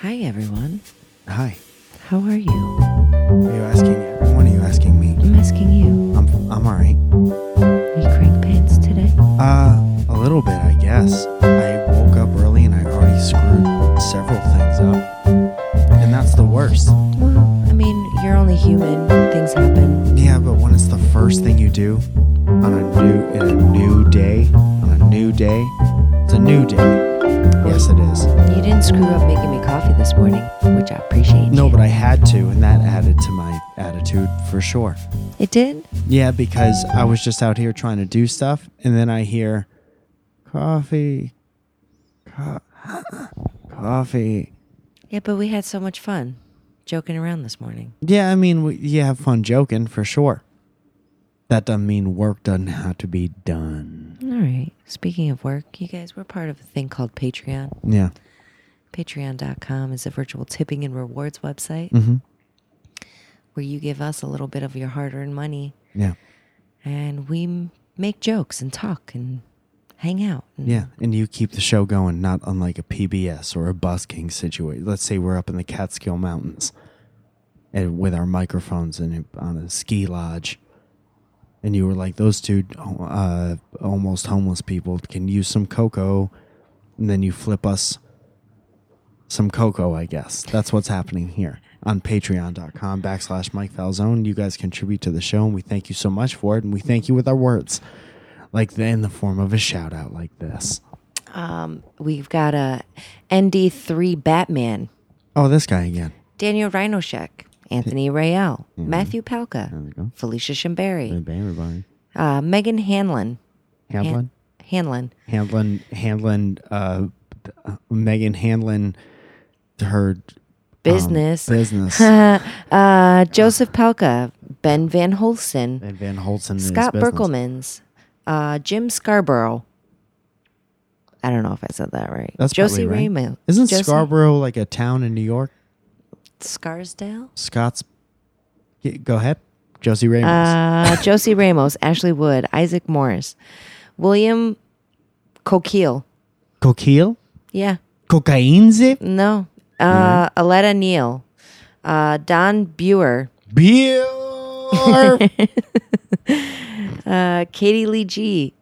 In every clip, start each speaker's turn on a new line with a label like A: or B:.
A: Hi, everyone.
B: Hi.
A: How are you?
B: Are you asking everyone? Are you asking me?
A: I'm asking you.
B: I'm, I'm all right.
A: Are you crank pants today?
B: Uh, a little bit, I guess. I woke up early and I already screwed several things up. And that's the worst.
A: Well, I mean, you're only human. Things happen.
B: Yeah, but when it's the first thing you do on a new in a new day, on a new day, it's a new day. Yes, it is.
A: You didn't screw up making me coffee this morning, which I appreciate.
B: No,
A: you.
B: but I had to, and that added to my attitude for sure.
A: It did?
B: Yeah, because I was just out here trying to do stuff, and then I hear coffee, co- coffee.
A: Yeah, but we had so much fun joking around this morning.
B: Yeah, I mean, we, you have fun joking for sure. That doesn't mean work doesn't have to be done.
A: All right. Speaking of work, you guys, we're part of a thing called Patreon.
B: Yeah.
A: Patreon.com is a virtual tipping and rewards website
B: Mm-hmm.
A: where you give us a little bit of your hard earned money
B: Yeah.
A: and we m- make jokes and talk and hang out. And
B: Yeah. And you keep the show going, not unlike a PBS or a busking situation. Let's say we're up in the Catskill Mountains and with our microphones and on a ski lodge. And you were like, those two uh, almost homeless people can use some cocoa. And then you flip us some cocoa, I guess. That's what's happening here on patreon.com backslash Mike Falzone. You guys contribute to the show, and we thank you so much for it. And we thank you with our words, like the, in the form of a shout out like this.
A: Um, We've got a ND3 Batman,
B: Oh, this guy again.
A: Daniel Rhinoshek, Anthony Rayel,
B: Mm-hmm.
A: Matthew Palka,
B: There we go.
A: Felicia Shimberry,
B: Everybody.
A: uh, Megan Hanlon. Han-
B: Handlin?
A: Hanlon.
B: Handlin, Handlin, uh, uh, Megan Handlin, her um,
A: Business.
B: business.
A: Uh, Joseph Palka, Ben Van Holsten,
B: and Van Holtzen. is
A: Scott
B: business.
A: Berkelmans, uh, Jim Scarborough. I don't know if I said that right.
B: That's
A: Josie
B: probably right.
A: Raymond.
B: Isn't
A: Josie-
B: Scarborough like a town in New York?
A: Scarsdale?
B: Scott's. Yeah, Go ahead. Josie Ramos.
A: Uh, Josie Ramos, Ashley Wood, Isaac Morris, William Coquille.
B: Coquille?
A: Yeah,
B: Cocainze?
A: no. Uh,
B: Mm-hmm.
A: Aletta Neal, uh, Don Buer,
B: Beer?
A: uh, Katie Lee G,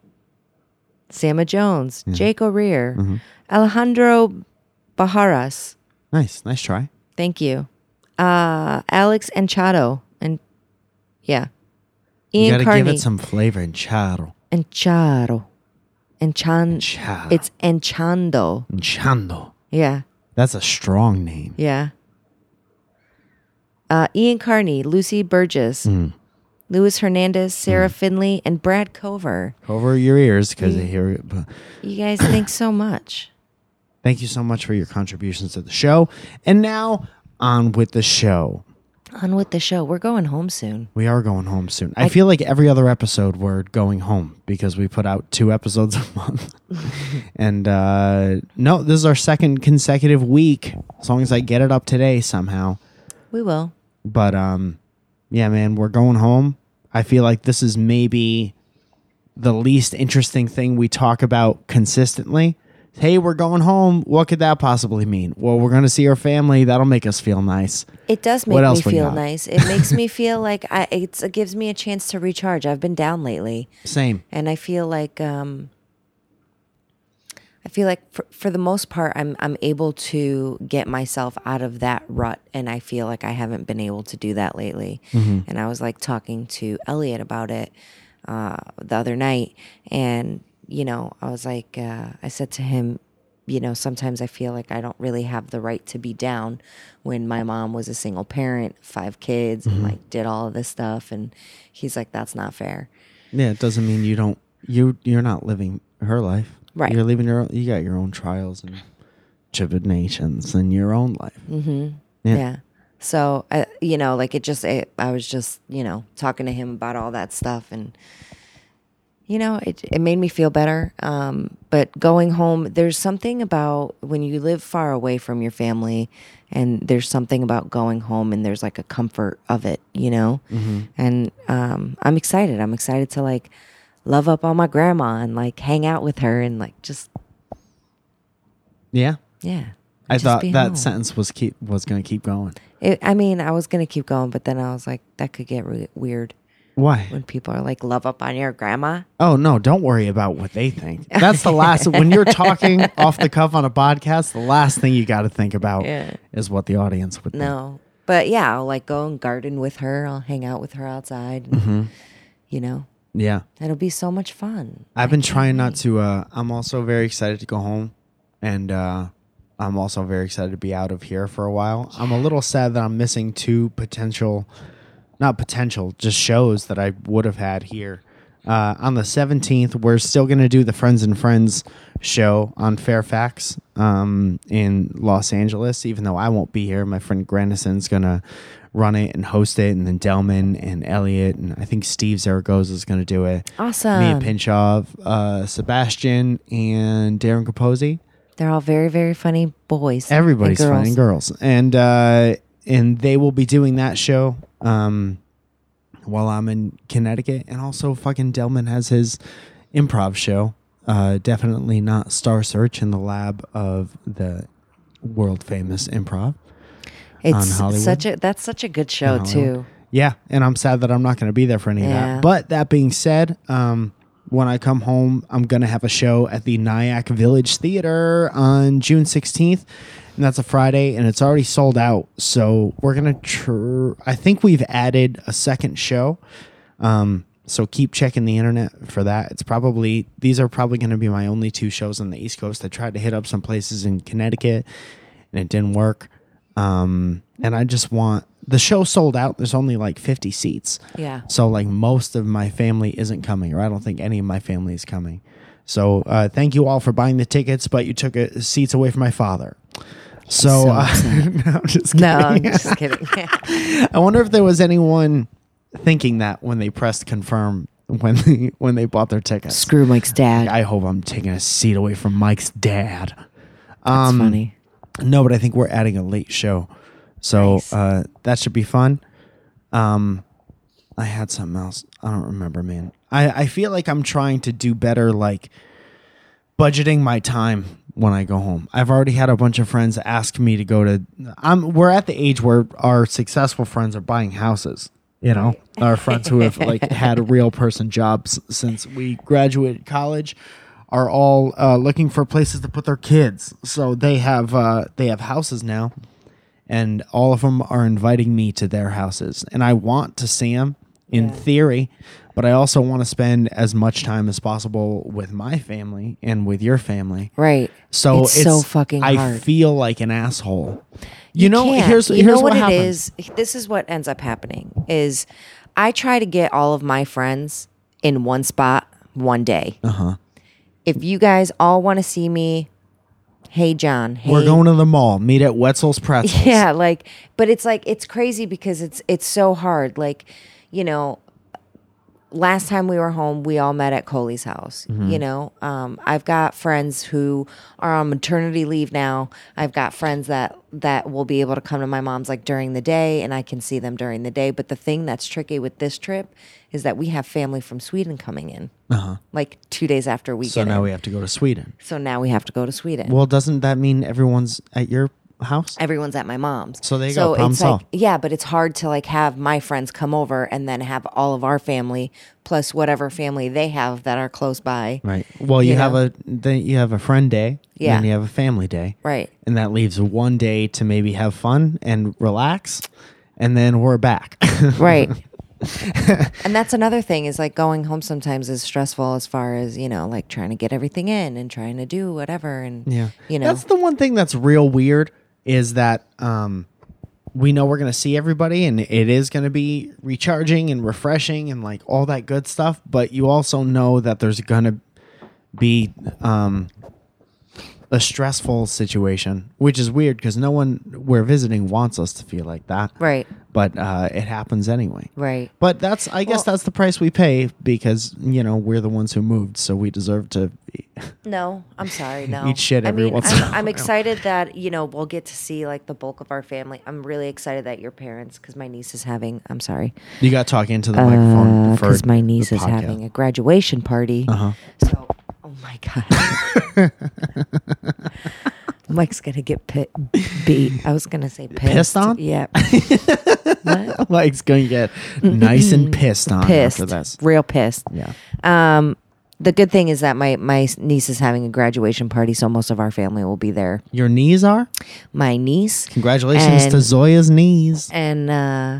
A: Sama Jones,
B: Mm-hmm.
A: Jake O'Rear, Alejandro Bajaras.
B: nice. Nice try.
A: Thank you. Uh, Alex Enchado. And yeah.
B: You
A: Ian
B: gotta
A: Carney.
B: give it some flavor and charo.
A: Enchado. Enchan.
B: Charo.
A: It's Enchando.
B: Chando.
A: Yeah.
B: That's a strong name.
A: Yeah. Uh, Ian Carney, Lucy Burgess,
B: Hmm.
A: Louis Hernandez, Sarah Finley, and Brad Cover.
B: Cover your ears because I hear it. but-
A: You guys, thanks so much.
B: Thank you so much for your contributions to the show. And now on with the show.
A: On with the show. We're going home soon.
B: We are going home soon. I, feel like every other episode we're going home because we put out two episodes a month. and uh, no, this is our second consecutive week. As long as I get it up today somehow.
A: We will.
B: But um, yeah, man, we're going home. I feel like this is maybe the least interesting thing we talk about consistently. Hey, we're going home. What could that possibly mean? Well, we're going to see our family. That'll make us feel nice.
A: It does
B: What
A: make me
B: else we
A: feel
B: got?
A: nice. It makes me feel like I, it's, it gives me a chance to recharge. I've been down lately.
B: Same.
A: and I feel like um, I feel like for, for the most part, I'm I'm able to get myself out of that rut, and I feel like I haven't been able to do that lately. And I was like talking to Elliot about it uh, the other night, and you know, I was like, uh, I said to him. You know, sometimes I feel like I don't really have the right to be down when my mom was a single parent, five kids, and like did all of this stuff. And he's like, that's not fair.
B: Yeah, it doesn't mean you don't you you're not living her life.
A: Right.
B: You're living your own, you got your own trials and tribulations in your own life.
A: Mm.
B: Yeah.
A: Yeah. So, I, you know, like it just, it, I was just, you know, talking to him about all that stuff and, you know, it, it made me feel better. Um, but going home, there's something about when you live far away from your family and there's something about going home and there's like a comfort of it, you know?
B: Mm-hmm.
A: And um, I'm excited. I'm excited to like love up on my grandma and like hang out with her and like just,
B: Yeah.
A: yeah.
B: I
A: Just
B: thought
A: be
B: that
A: home.
B: sentence was keep was going to keep going.
A: It, I mean, I was gonna keep going, but then I was like, that could get re- weird
B: Why?
A: when people are like, "Love up on your grandma."
B: Oh no! Don't worry about what they think. That's the last. when you're talking off the cuff on a podcast, the last thing you got to think about
A: Yeah.
B: is what the audience would. think.
A: No, but yeah, I'll like go and garden with her. I'll hang out with her outside. and,
B: Mm-hmm.
A: You know,
B: Yeah.
A: it'll be so much fun.
B: I've been trying not to. Uh, I'm also very excited to go home, and uh, I'm also very excited to be out of here for a while. I'm a little sad that I'm missing two potential, not potential, just shows that I would have had here. Uh, on the 17th, we're still going to do the Friends and Friends show on Fairfax um, in Los Angeles, even though I won't be here. My friend Grandison's going to run it and host it, and then Delman and Elliot, and I think Steve Zaragoza is going to do it. Me
A: Awesome.
B: and Pinchov, uh, Sebastian, and Darren Capozzi.
A: They're all very, very funny boys. and
B: Everybody's
A: girls.
B: finding girls, and uh, and they will be doing that show um, while I'm in Connecticut, and also fucking Delman has his improv show. Uh, definitely not Star Search in the lab of the world famous improv.
A: It's
B: Hollywood.
A: such a that's such a good show too.
B: Yeah, and I'm sad that I'm not going to be there for any of
A: Yeah.
B: that. But that being said, um, when I come home, I'm going to have a show at the Nyack Village Theater on June 16th, and that's a Friday, and it's already sold out. So we're going to. Tr- I think we've added a second show. Um, so keep checking the internet for that. It's probably these are probably going to be my only two shows on the East Coast. I tried to hit up some places in Connecticut, and it didn't work. Um, and I just want the show sold out. There's only like 50 seats.
A: Yeah.
B: So like most of my family isn't coming, or I don't think any of my family is coming. So uh, thank you all for buying the tickets, but you took uh seats away from my father. So,
A: so
B: uh, no, I'm just
A: No, I'm
B: kidding.
A: just kidding.
B: I wonder if there was anyone thinking that when they pressed confirm when they, when they bought their tickets.
A: Screw Mike's dad.
B: I hope I'm taking a seat away from Mike's dad.
A: That's
B: Um,
A: funny.
B: No, but I think we're adding a late show, so
A: Nice.
B: uh, that should be fun. Um, I had something else. I don't remember, man. I I feel like I'm trying to do better, like budgeting my time when I go home. I've already had a bunch of friends ask me to go to. I'm we're at the age where our successful friends are buying houses. You know, our friends who have like had real person jobs since we graduated college are all uh, looking for places to put their kids. So they have uh, they have houses now, and all of them are inviting me to their houses, and I want to see them in theory, but I also want to spend as much time as possible with my family and with your family.
A: Right.
B: So
A: it's, so fucking
B: I
A: hard.
B: feel like an asshole. You, know,
A: can't.
B: here's
A: you
B: here's
A: know what,
B: happened.
A: it is. This is what ends up happening is I try to get all of my friends in one spot one day. Uh-huh. If you guys all want to see me, hey John, hey
B: We're going to the mall. Meet at Wetzel's Pretzels.
A: Yeah, like but it's like it's crazy because it's it's so hard. Like, you know, last time we were home, we all met at Coley's house.
B: Mm-hmm.
A: You know, um, I've got friends who are on maternity leave now. I've got friends that that will be able to come to my mom's like during the day, and I can see them during the day. But the thing that's tricky with this trip is that we have family from Sweden coming in, like two days after we
B: Uh-huh. So
A: get
B: now
A: in.
B: we have to go to Sweden.
A: so now we have to go to Sweden.
B: Well, doesn't that mean everyone's at your house?
A: everyone's at my mom's.
B: So there you go, problem
A: it's
B: solved.
A: like yeah, but it's hard to like have my friends come over and then have all of our family plus whatever family they have that are close by.
B: Right. Well, you
A: You
B: have
A: know?
B: a then you have a friend day.
A: Yeah.
B: And then you have a family day.
A: Right.
B: And that leaves one day to maybe have fun and relax, and then we're back.
A: Right. and that's another thing is like going home sometimes is stressful as far as, you know, like trying to get everything in and trying to do whatever and
B: yeah.
A: you know.
B: That's the one thing that's real weird is that um, we know we're gonna see everybody, and it is gonna be recharging and refreshing and like all that good stuff. But you also know that there's gonna be um, a stressful situation, which is weird because no one we're visiting wants us to feel like that.
A: right.
B: but uh, it happens anyway.
A: Right.
B: But that's, I guess, that's the price we pay because you know we're the ones who moved, so we deserve to.
A: No, I'm sorry. No,
B: Eat shit every
A: I mean,
B: once in
A: I'm,
B: a
A: I'm
B: while.
A: excited that you know we'll get to see like the bulk of our family. I'm really excited that your parents, because my niece is having. I'm sorry,
B: You got to talk into the microphone for
A: because Uh, my
B: the
A: niece is
B: podcast. Uh-huh.
A: having a graduation party. So, oh my god. Mike's gonna get pit beat. I was gonna say pissed.
B: Pissed on?
A: Yeah. what? Mm.
B: Mike's going to get nice and pissed on
A: Pissed.
B: after this.
A: Real pissed.
B: Yeah.
A: Um, the good thing is that my my niece is having a graduation party, so most of our family will be there.
B: Your knees are?
A: My niece
B: Congratulations
A: And-
B: to Zoya's knees.
A: and uh,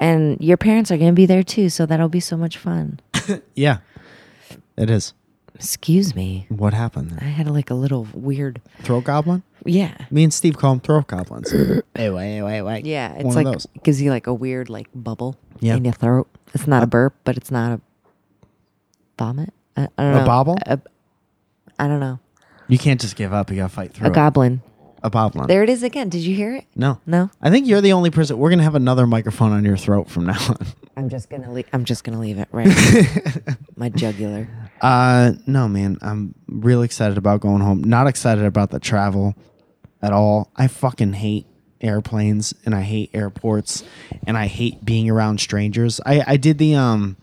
A: and your parents are gonna be there too, so that'll be so much fun.
B: Yeah. It is.
A: Excuse me.
B: What happened
A: I
B: there?
A: had like a little weird.
B: Throat goblin?
A: Yeah.
B: Me and Steve call them throat goblins. hey, wait, wait, wait.
A: Yeah, it's
B: One
A: like
B: of those.
A: gives you like a weird like bubble
B: Yeah.
A: in your throat. It's not a burp, but it's not a vomit. I, I don't
B: A
A: know.
B: bobble?
A: A, I don't know.
B: You can't just give up. You got to fight through
A: A goblin.
B: it. A goblin.
A: There it is again. Did you hear it?
B: no.
A: No.
B: I think you're the only person. We're going to have another microphone on your throat from now on.
A: I'm just gonna leave. I'm just gonna leave it right. now. My jugular.
B: Uh, no, man. I'm real excited about going home. Not excited about the travel at all. I fucking hate airplanes and I hate airports and I hate being around strangers. I, I did the um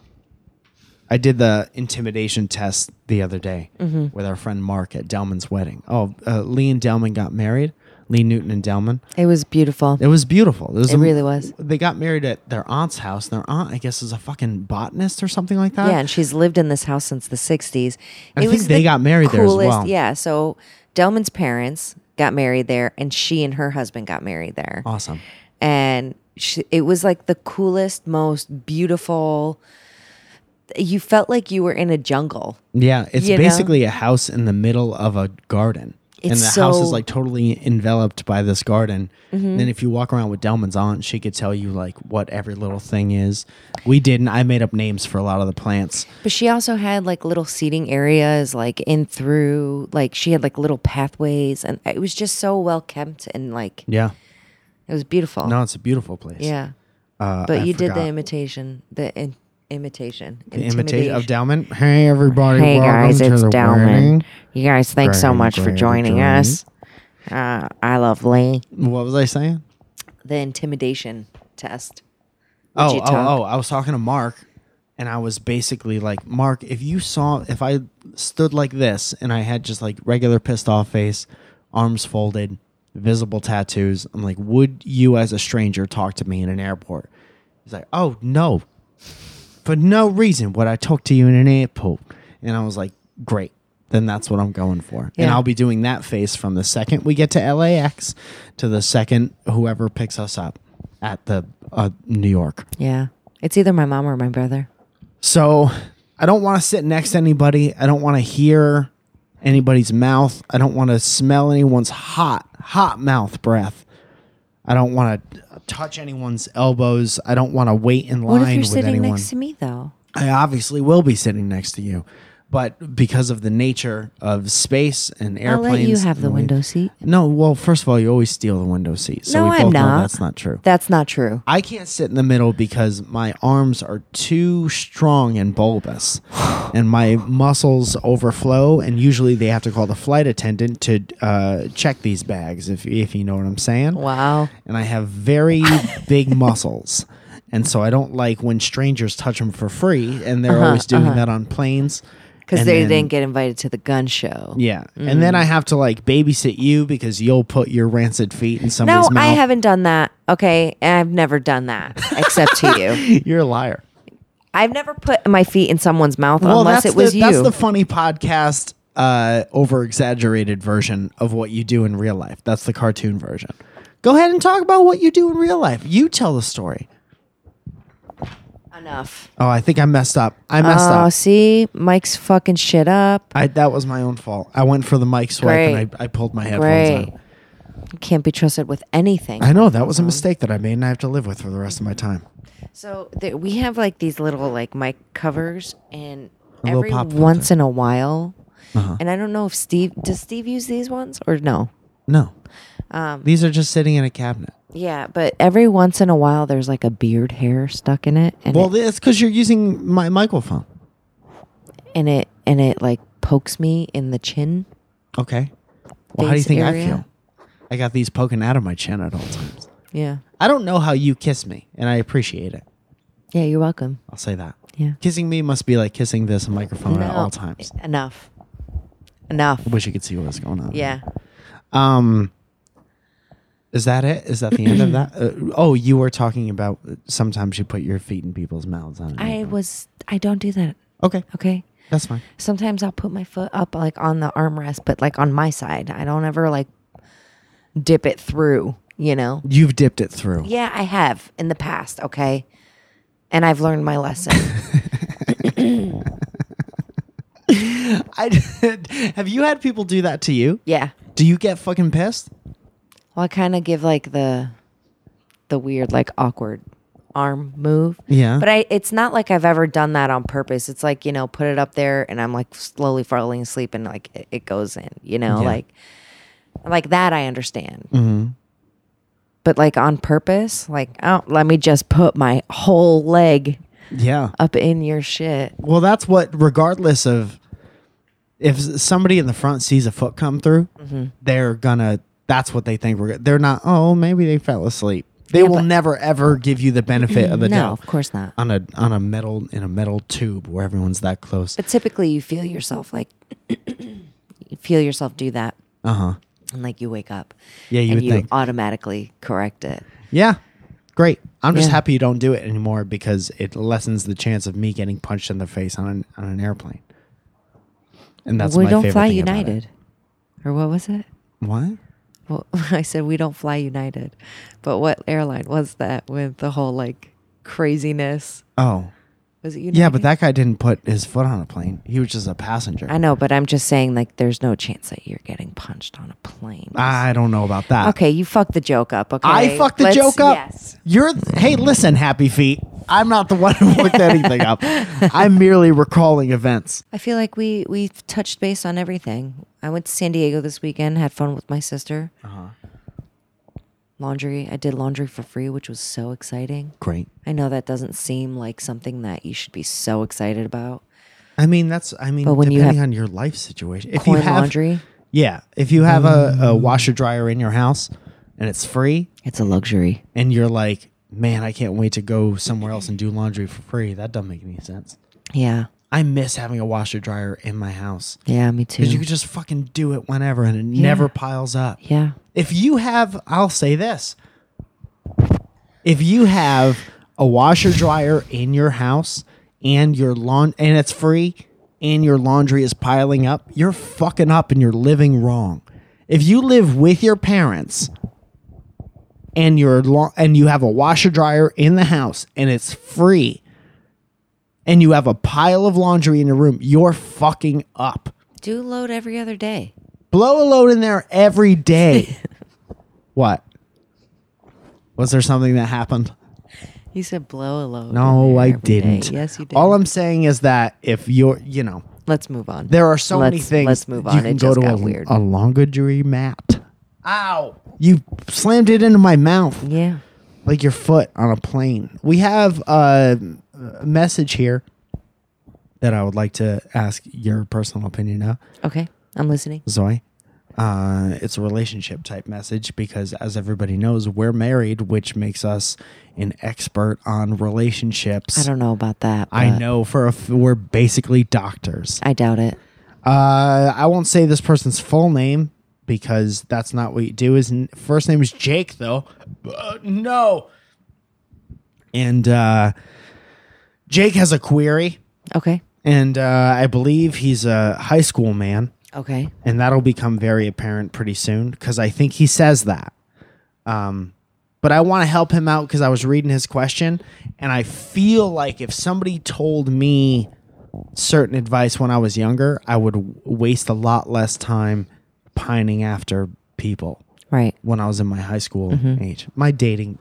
B: I did the intimidation test the other day
A: Mm-hmm.
B: with our friend Mark at Delman's wedding. Oh, uh, Lee and Delman got married. Lee Newton and Delman.
A: It was beautiful.
B: It was beautiful. It, was
A: It really was.
B: They got married at their aunt's house. And their aunt, I guess, is a fucking botanist or something like that.
A: yeah, and she's lived in this house since the '60s.
B: I think they
A: the
B: got married there as well.
A: Yeah. So Delman's parents got married there, and she and her husband got married there.
B: awesome.
A: and she, it was like the coolest, most beautiful. You felt like you were in a jungle.
B: Yeah, it's
A: You know?
B: basically a house in the middle of a garden. and
A: It's
B: the house is
A: so- Mm-hmm.
B: like totally enveloped by this garden. And then if you walk around with Delman's aunt, she could tell you like what every little thing is. We didn't. I made up names for a lot of the plants.
A: But she also had like little seating areas, like in through, like she had like little pathways, and it was just so well kept and like
B: Yeah.
A: it was beautiful.
B: No, it's a beautiful place.
A: Yeah.
B: Uh,
A: But
B: I
A: you did
B: forgot.
A: the imitation, the in, imitation,
B: The imitation of Delman. Hey everybody.
A: Hey
B: welcome
A: guys,
B: to
A: it's
B: the
A: Dalman.
B: wedding.
A: You guys, thanks so
B: Grand,
A: much for
B: grand
A: joining
B: journey.
A: us. Uh, I love Lee.
B: What was I saying?
A: The intimidation test.
B: Oh,
A: you
B: oh,
A: talk?
B: oh! I was talking to Mark, and I was basically like, Mark, if you saw, if I stood like this and I had just like regular pissed off face, arms folded, visible tattoos, I'm like, would you as a stranger talk to me in an airport? He's like, oh no, for no reason would I talk to you in an airport, and I was like, great. Then that's what I'm going for. And
A: Yeah.
B: I'll be doing that face from the second we get to LAX to the second whoever picks us up at the uh, New York.
A: Yeah. It's either my mom or my brother.
B: So I don't want to sit next to anybody. I don't want to hear anybody's mouth. I don't want to smell anyone's hot, hot mouth breath. I don't want to touch anyone's elbows. I don't want to wait in line
A: What if you're
B: with
A: sitting
B: anyone.
A: next to me though?
B: I obviously will be sitting next to you, but because of the nature of space and
A: I'll
B: airplanes,
A: let you have
B: and
A: the
B: way-
A: window seat.
B: No, well, first of all, you always steal the window seat. So
A: no,
B: we both
A: I'm
B: know
A: not.
B: that's not true.
A: That's not true.
B: I can't sit in the middle because my arms are too strong and bulbous, and my muscles overflow. And usually, they have to call the flight attendant to uh, check these bags, if if you know what I'm saying.
A: Wow.
B: And I have very big muscles, and so I don't like when strangers touch them for free, and they're always doing that on planes.
A: Because
B: And
A: Uh-huh, they Mm.
B: then-
A: didn't get invited to the gun show.
B: Yeah, and then I have to like babysit you because you'll put your rancid feet in
A: No,
B: somebody's mouth.
A: I haven't done that. Okay. And I've never done that except to you.
B: You're a liar.
A: I've never put my feet in someone's mouth unless
B: that's
A: it was
B: the,
A: you.
B: That's the funny podcast uh, over exaggerated version of what you do in real life. That's the cartoon version. Go ahead and talk about what you do in real life. You tell the story.
A: Enough.
B: Oh, I think I messed up. I
A: Oh,
B: messed up.
A: see, Mike's fucking shit up.
B: I, that was my own fault. I went for the mic swipe and
A: Great.
B: I, I pulled my headphones
A: Great. Um,
B: out.
A: Can't be trusted with anything.
B: I know that was a mistake that I made and I have to live with for the rest of my time.
A: So there, we have like these little like mic covers, and
B: little
A: every
B: pop filter. Uh-huh.
A: once in a while, and I don't know if Steve does Steve use these ones or no.
B: No.
A: Um,
B: These are just sitting in a cabinet.
A: Yeah, but every once in a while, there's like a beard hair stuck in it, and
B: Well,
A: it,
B: that's because you're using my microphone.
A: and it and it like pokes me in the chin.
B: Okay. Well, how do you
A: Face
B: think I
A: area.
B: feel? I got these poking out of my chin at all times.
A: Yeah,
B: I don't know how you kiss me, and I appreciate it.
A: yeah, you're welcome.
B: I'll say that.
A: Yeah,
B: Kissing me must be like kissing this microphone at
A: No,
B: all times.
A: Enough, enough.
B: I wish you could see what was going on.
A: Yeah,
B: Um, is that it? Is that the end of that? Uh, oh, you were talking about sometimes you put your feet in people's mouths on. it.
A: I was. I don't do that.
B: okay,
A: Okay.
B: that's fine.
A: Sometimes I'll put my foot up like on the armrest, but like on my side. I don't ever like dip it through. You know.
B: You've dipped it through.
A: Yeah, I have in the past. Okay. And I've learned my lesson.
B: I have you had people do that to you?
A: yeah.
B: Do you get fucking pissed?
A: Well, I kind of give like the the weird like awkward arm move.
B: Yeah.
A: But I it's not like I've ever done that on purpose. It's like, you know, put it up there and I'm like slowly falling asleep and like it, it goes in, you know,
B: Yeah. Mm-hmm.
A: like like that I understand. But like on purpose, like, oh, let me just put my whole leg
B: Yeah.
A: up in your shit.
B: Well, that's what, regardless of if s- somebody in the front sees a foot come through,
A: Mm-hmm.
B: they're gonna. That's what they think. We're. They're not. Oh, maybe they fell asleep. They
A: Yeah,
B: will
A: but-
B: never ever give you the benefit of the
A: no,
B: doubt
A: of course not.
B: on a on a metal in a metal tube where everyone's that close.
A: But typically you feel yourself like you feel yourself do that
B: Uh huh.
A: and like you wake up.
B: Yeah, you
A: and
B: would
A: you
B: think.
A: automatically correct it.
B: Yeah. Great. I'm just
A: Yeah.
B: happy you don't do it anymore because it lessens the chance of me getting punched in the face on an, on an airplane. And that's
A: we
B: my
A: don't
B: favorite
A: fly
B: thing about it.
A: United, or what was it?
B: What?
A: Well, I said we don't fly United, but what airline was that with the whole like craziness?
B: Oh.
A: Was it United?
B: Yeah, but that guy didn't put his foot on a plane. He was just a passenger.
A: I know, but I'm just saying like there's no chance that you're getting punched on a plane.
B: I don't know about that.
A: okay, you fucked the joke up. Okay,
B: Ah. I fucked the
A: Let's-
B: joke up.
A: Yes.
B: You're hey, listen, Happy Feet. I'm not the one who looked anything up. I'm merely recalling events.
A: I feel like we we touched base on everything. I went to San Diego this weekend, had fun with my sister.
B: Uh-huh.
A: Laundry, I did laundry for free, which was so exciting.
B: Great.
A: I know that doesn't seem like something that you should be so excited about.
B: I mean, that's I mean,
A: But when you
B: depending
A: have
B: on your life situation. If you
A: Coin
B: have
A: laundry, Mm.
B: Yeah, if you have a, a washer dryer in your house and it's free,
A: it's a luxury.
B: and you're like, man, I can't wait to go somewhere else and do laundry for free. That doesn't make any sense.
A: Yeah.
B: I miss having a washer dryer in my house
A: Yeah, me too.
B: because you could just fucking do it whenever and it never piles up.
A: yeah.
B: If you have, I'll say this. If you have a washer dryer in your house and your lawn and it's free and your laundry is piling up, you're fucking up and you're living wrong. If you live with your parents and your la- and you have a washer dryer in the house and it's free and you have a pile of laundry in your room, you're fucking up
A: Do load every other day.
B: blow a load in there every day. what? Was there something that happened?
A: You said blow a load. in
B: No,
A: there
B: I
A: every day.
B: didn't.
A: Yes, you did.
B: All I'm saying is that if you're, you know,
A: let's move on.
B: there are so many
A: Let's-
B: things.
A: Let's move
B: you
A: on.
B: can
A: It
B: go
A: just
B: to
A: got
B: a,
A: weird.
B: A laundry mat. Ow! You slammed it into my mouth
A: yeah.
B: like your foot on a plane. We have a a message here that I would like to ask your personal opinion of.
A: Okay. I'm listening.
B: Zoe. Uh, it's a relationship type message because, as everybody knows, we're married, which makes us an expert on relationships.
A: I don't know about that.
B: I
A: but
B: know for a f- we're basically doctors.
A: I doubt it.
B: Uh, I won't say this person's full name because that's not what you do. His n- first name is Jake, though. Uh, no. And uh, Jake has a query,
A: Okay.
B: and uh, I believe he's a high school man
A: Okay.
B: and that'll become very apparent pretty soon because I think he says that. Um, but I want to help him out because I was reading his question, and I feel like if somebody told me certain advice when I was younger, I would w- waste a lot less time pining after people
A: Right.
B: when I was in my high school
A: Mm-hmm.
B: age. My dating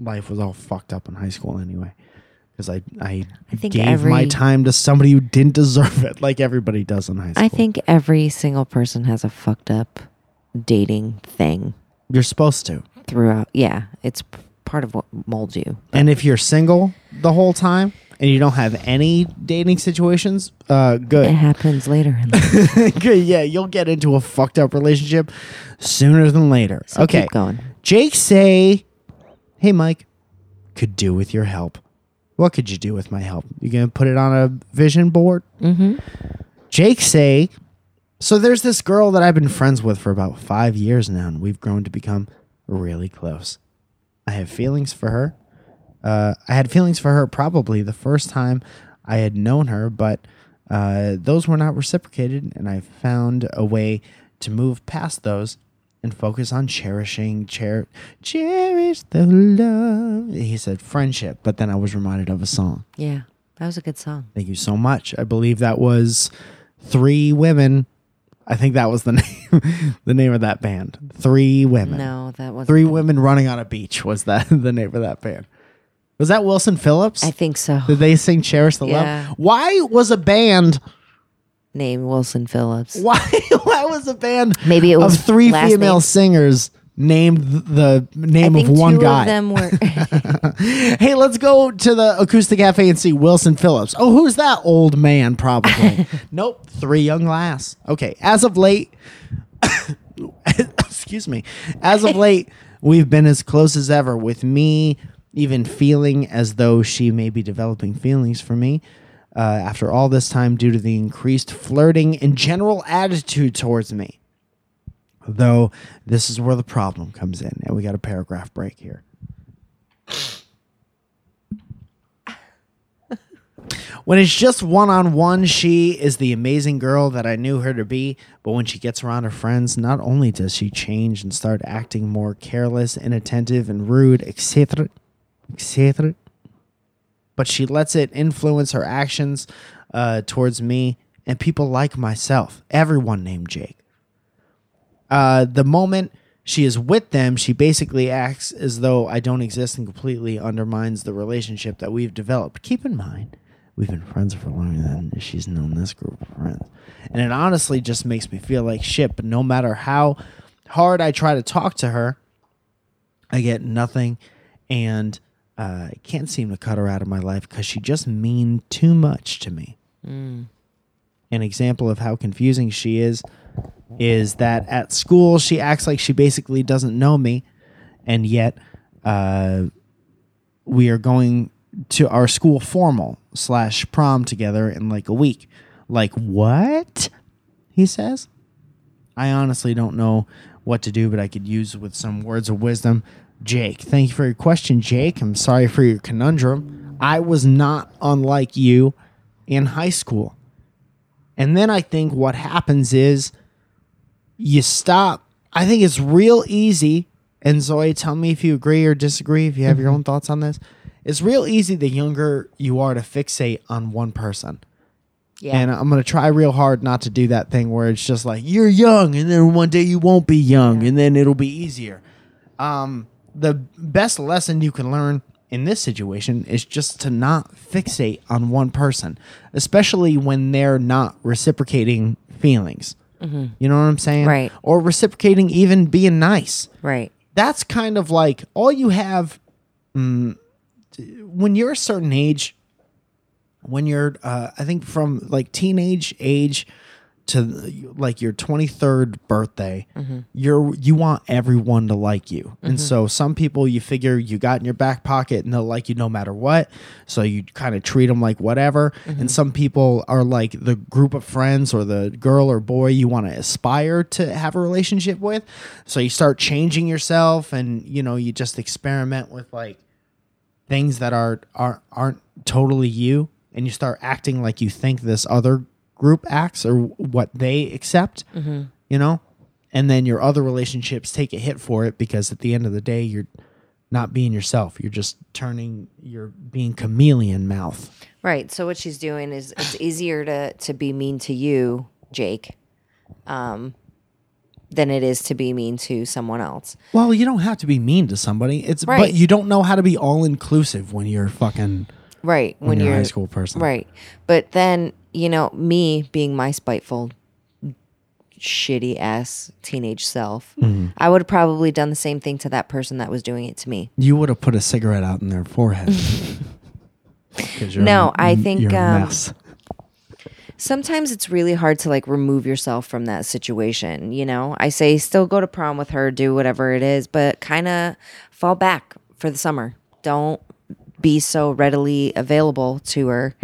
B: life was all fucked up in high school anyway. Because I, I,
A: I think
B: gave my
A: every-
B: time to somebody who didn't deserve it, like everybody does in high school.
A: I think every single person has a fucked up dating thing
B: you're supposed to.
A: throughout. Yeah, it's p- part of what molds you.
B: And if you're single the whole time and you don't have any dating situations, uh,
A: It
B: good.
A: happens later in life.
B: good. Yeah, you'll get into a fucked up relationship sooner than later.
A: So
B: okay.
A: keep going.
B: Jake say, "Hey Mike, could do with your help. What could you do with my help? You gonna put it on a vision board?" Mm-hmm. Jake say, So there's this girl that I've been friends with for about five years now, and we've grown to become really close. I have feelings for her. Uh, I had feelings for her probably the first time I had known her, but uh, those were not reciprocated, and I found a way to move past those and focus on cherishing, cher- cherish the love. He said friendship, but then I was reminded of a song.
A: Yeah. That was a good song.
B: Thank you so much. I believe that was three women. I think that was the name, the name of that band. Three women.
A: No, that wasn't.
B: Three
A: the-
B: women running on a beach was that the name of that band? Was that Wilson Phillips?
A: I think so.
B: Did they sing "Cherish the
A: Yeah.
B: Love"? Why was a band?
A: Name Wilson Phillips.
B: Why? Why was a band?
A: Maybe it was
B: of three
A: last
B: female
A: name.
B: singers named th- the
A: I
B: name
A: think
B: of one
A: two
B: guy.
A: of them were.
B: hey, let's go to the acoustic cafe and see Wilson Phillips. Oh, who's that old man? Probably. nope, three young lass. Okay, as of late, excuse me, as of late, we've been as close as ever. With me, even feeling as though she may be developing feelings for me. Uh, after all this time, due to the increased flirting and general attitude towards me. Though this is where the problem comes in, and we got a paragraph break here. When it's just one on one, she is the amazing girl that I knew her to be. But when she gets around her friends, not only does she change and start acting more careless, inattentive, and rude, etc., etc., but she lets it influence her actions uh, towards me and people like myself, everyone named Jake uh, the moment she is with them, she basically acts as though I don't exist and completely undermines the relationship that we've developed. Keep in mind, we've been friends for longer than she's known this group of friends. And it honestly just makes me feel like shit, but no matter how hard I try to talk to her, I get nothing and uh, I can't seem to cut her out of my life because she just mean too much to me an example of how confusing she is is that at school she acts like she basically doesn't know me and yet uh, we are going to our school formal slash prom together in like a week like what he says i honestly don't know what to do but i could use with some words of wisdom jake thank you for your question jake i'm sorry for your conundrum i was not unlike you in high school and then I think what happens is you stop. I think it's real easy. And Zoe, tell me if you agree or disagree, if you have your own thoughts on this. It's real easy the younger you are to fixate on one person.
A: Yeah.
B: And I'm going to try real hard not to do that thing where it's just like, you're young, and then one day you won't be young, and then it'll be easier. Um, the best lesson you can learn in this situation is just to not fixate on one person, especially when they're not reciprocating feelings. You know what I'm saying?
A: Right.
B: Or reciprocating even being nice
A: right.
B: that's kind of like all you have mm, when you're a certain age when you're uh, i think from like teenage age to like your 23rd birthday you're you want everyone to like you and so some people you figure you got in your back pocket and they'll like you no matter what so you kind of treat them like whatever and some people are like the group of friends or the girl or boy you want to aspire to have a relationship with so you start changing yourself and you know you just experiment with like things that are, are aren't totally you and you start acting like you think this other group acts or what they accept
A: Mm-hmm.
B: you know and then your other relationships take a hit for it because at the end of the day you're not being yourself you're just turning you're being chameleon mouth
A: Right. So what she's doing is it's easier to to be mean to you, Jake, um, than it is to be mean to someone else.
B: well you don't have to be mean to somebody it's but
A: Right.
B: you don't know how to be all inclusive when you're fucking
A: Right. When,
B: when you're
A: you're
B: a high school person
A: Right. But then, you know, me being my spiteful shitty ass teenage self,
B: Mm-hmm.
A: I would have probably done the same thing to that person that was doing it to me.
B: you would have put a cigarette out in their forehead 'Cause you're a
A: No, I
B: m-
A: think,
B: you're a
A: um,
B: mess.
A: sometimes it's really hard to like remove yourself from that situation you know i say still go to prom with her do whatever it is but kind of fall back for the summer don't be so readily available to her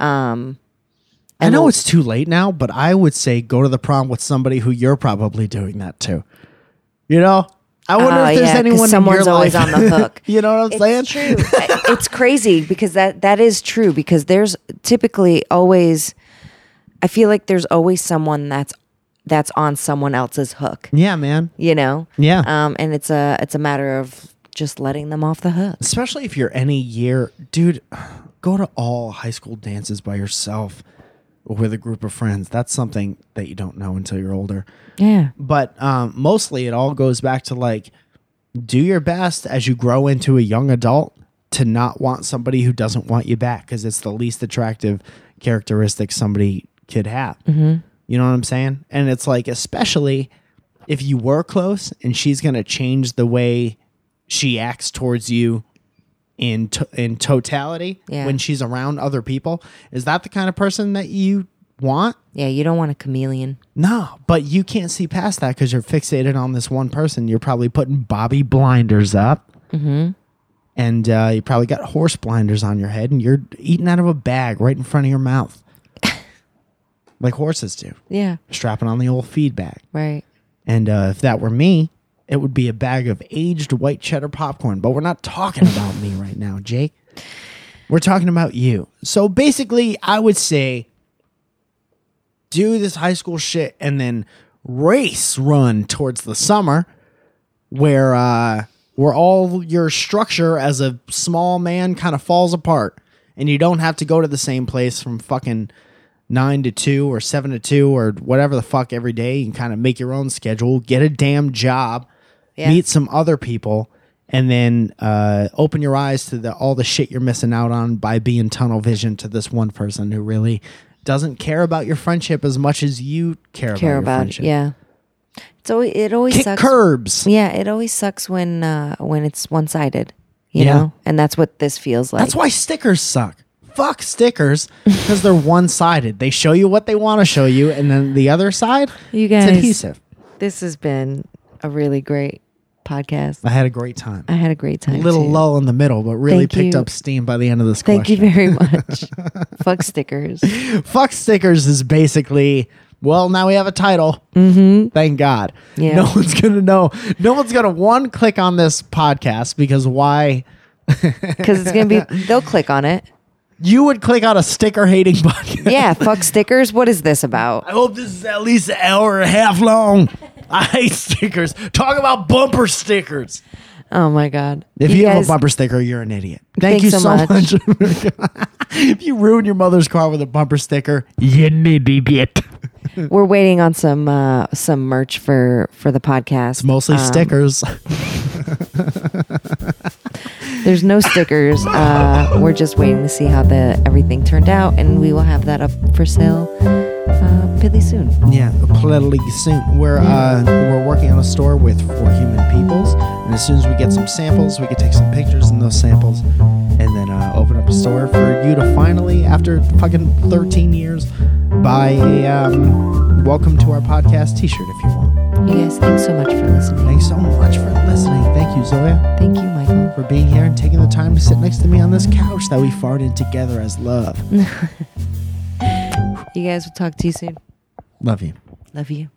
A: um
B: I know it's too late now, but I would say go to the prom with somebody who you're probably doing that to. You know, I wonder
A: Oh,
B: if there's
A: yeah, 'cause
B: anyone in
A: someone's
B: your
A: always
B: life-
A: on the hook.
B: you know what I'm saying?
A: It's true. I- it's crazy because that that is true because there's typically always I feel like there's always someone that's that's on someone else's hook,
B: Yeah, man.
A: you know?
B: Yeah.
A: Um and it's a it's a matter of just letting them off the hook.
B: especially if you're any year, dude. Go to all high school dances by yourself or with a group of friends. That's something that you don't know until you're older.
A: Yeah.
B: But um, mostly, it all goes back to like, do your best as you grow into a young adult to not want somebody who doesn't want you back because it's the least attractive characteristic somebody could have. You know what I'm saying? And it's like, especially if you were close and she's going to change the way she acts towards you in to- in totality
A: Yeah.
B: when she's around other people is that the kind of person that you want
A: Yeah, you don't want a chameleon.
B: no, but you can't see past that because you're fixated on this one person. You're probably putting Bobby blinders up, mm-hmm. and uh, you probably got horse blinders on your head, and you're eating out of a bag right in front of your mouth, like horses do,
A: Yeah.
B: strapping on the old feed bag.
A: Right.
B: And uh, if that were me, it would be a bag of aged white cheddar popcorn. But we're not talking about me right now, Jake. We're talking about you. So basically, I would say do this high school shit and then race run towards the summer where uh where all your structure as a small man kind of falls apart and you don't have to go to the same place from fucking 9 to 2 or 7 to 2 or whatever the fuck every day you can kind of make your own schedule get a damn job
A: Yeah.
B: meet some other people and then uh, open your eyes to the, all the shit you're missing out on by being tunnel vision to this one person who really doesn't care about your friendship as much as you care,
A: Care
B: your
A: about it.
B: friendship.
A: Yeah. It's always it always
B: kick
A: sucks.
B: curbs.
A: Yeah, it always sucks when uh when it's one sided. You
B: Yeah.
A: know? And that's what this feels like.
B: That's why stickers suck. Fuck stickers because they're one sided. They show you what they want to show you, and then the other side,
A: You
B: it's
A: guys-
B: adhesive.
A: this has been a really great podcast.
B: I had a great time.
A: I had a great time.
B: little
A: too.
B: lull in the middle, but really
A: Thank
B: picked
A: you.
B: up steam by the end of this
A: Thank
B: question.
A: you very much. Fuck stickers.
B: Fuck stickers is basically well now we have a title. Mm-hmm. Thank God.
A: Yeah.
B: No one's gonna know. No one's gonna one click on this podcast because why?
A: Because it's going to be, they'll click on it.
B: You would click on a sticker hating podcast.
A: Yeah, fuck stickers. What is this
B: I
A: about?
B: hope this is at least an hour and a half long. I hate stickers. Talk about bumper stickers.
A: Oh my God.
B: If you, have
A: guys-
B: a bumper sticker, you're an idiot.
A: Thanks
B: Thank you
A: so
B: so,
A: much.
B: much. if you ruin your mother's car with a bumper sticker, you're an idiot.
A: we're waiting on some uh, some merch for for the podcast.
B: Mostly
A: Um,
B: stickers.
A: There's no stickers. Uh, we're just waiting to see how the everything turned out, and we will have that up for sale uh, pretty soon.
B: Yeah, plenty soon. We're uh, we're working on a store with four human peoples, and as soon as we get some samples, we can take some pictures in those samples, and then uh, open up a store for you to finally, after fucking thirteen years, buy a um, welcome to our podcast T-shirt if you want.
A: You guys, thanks so much for listening.
B: Thanks so much for listening. Thank you, Zoya,
A: Thank you, Michael.
B: for being here and taking the time to sit next to me on this couch that we farted together as love.
A: You guys, will talk to you soon.
B: love you.
A: Love you.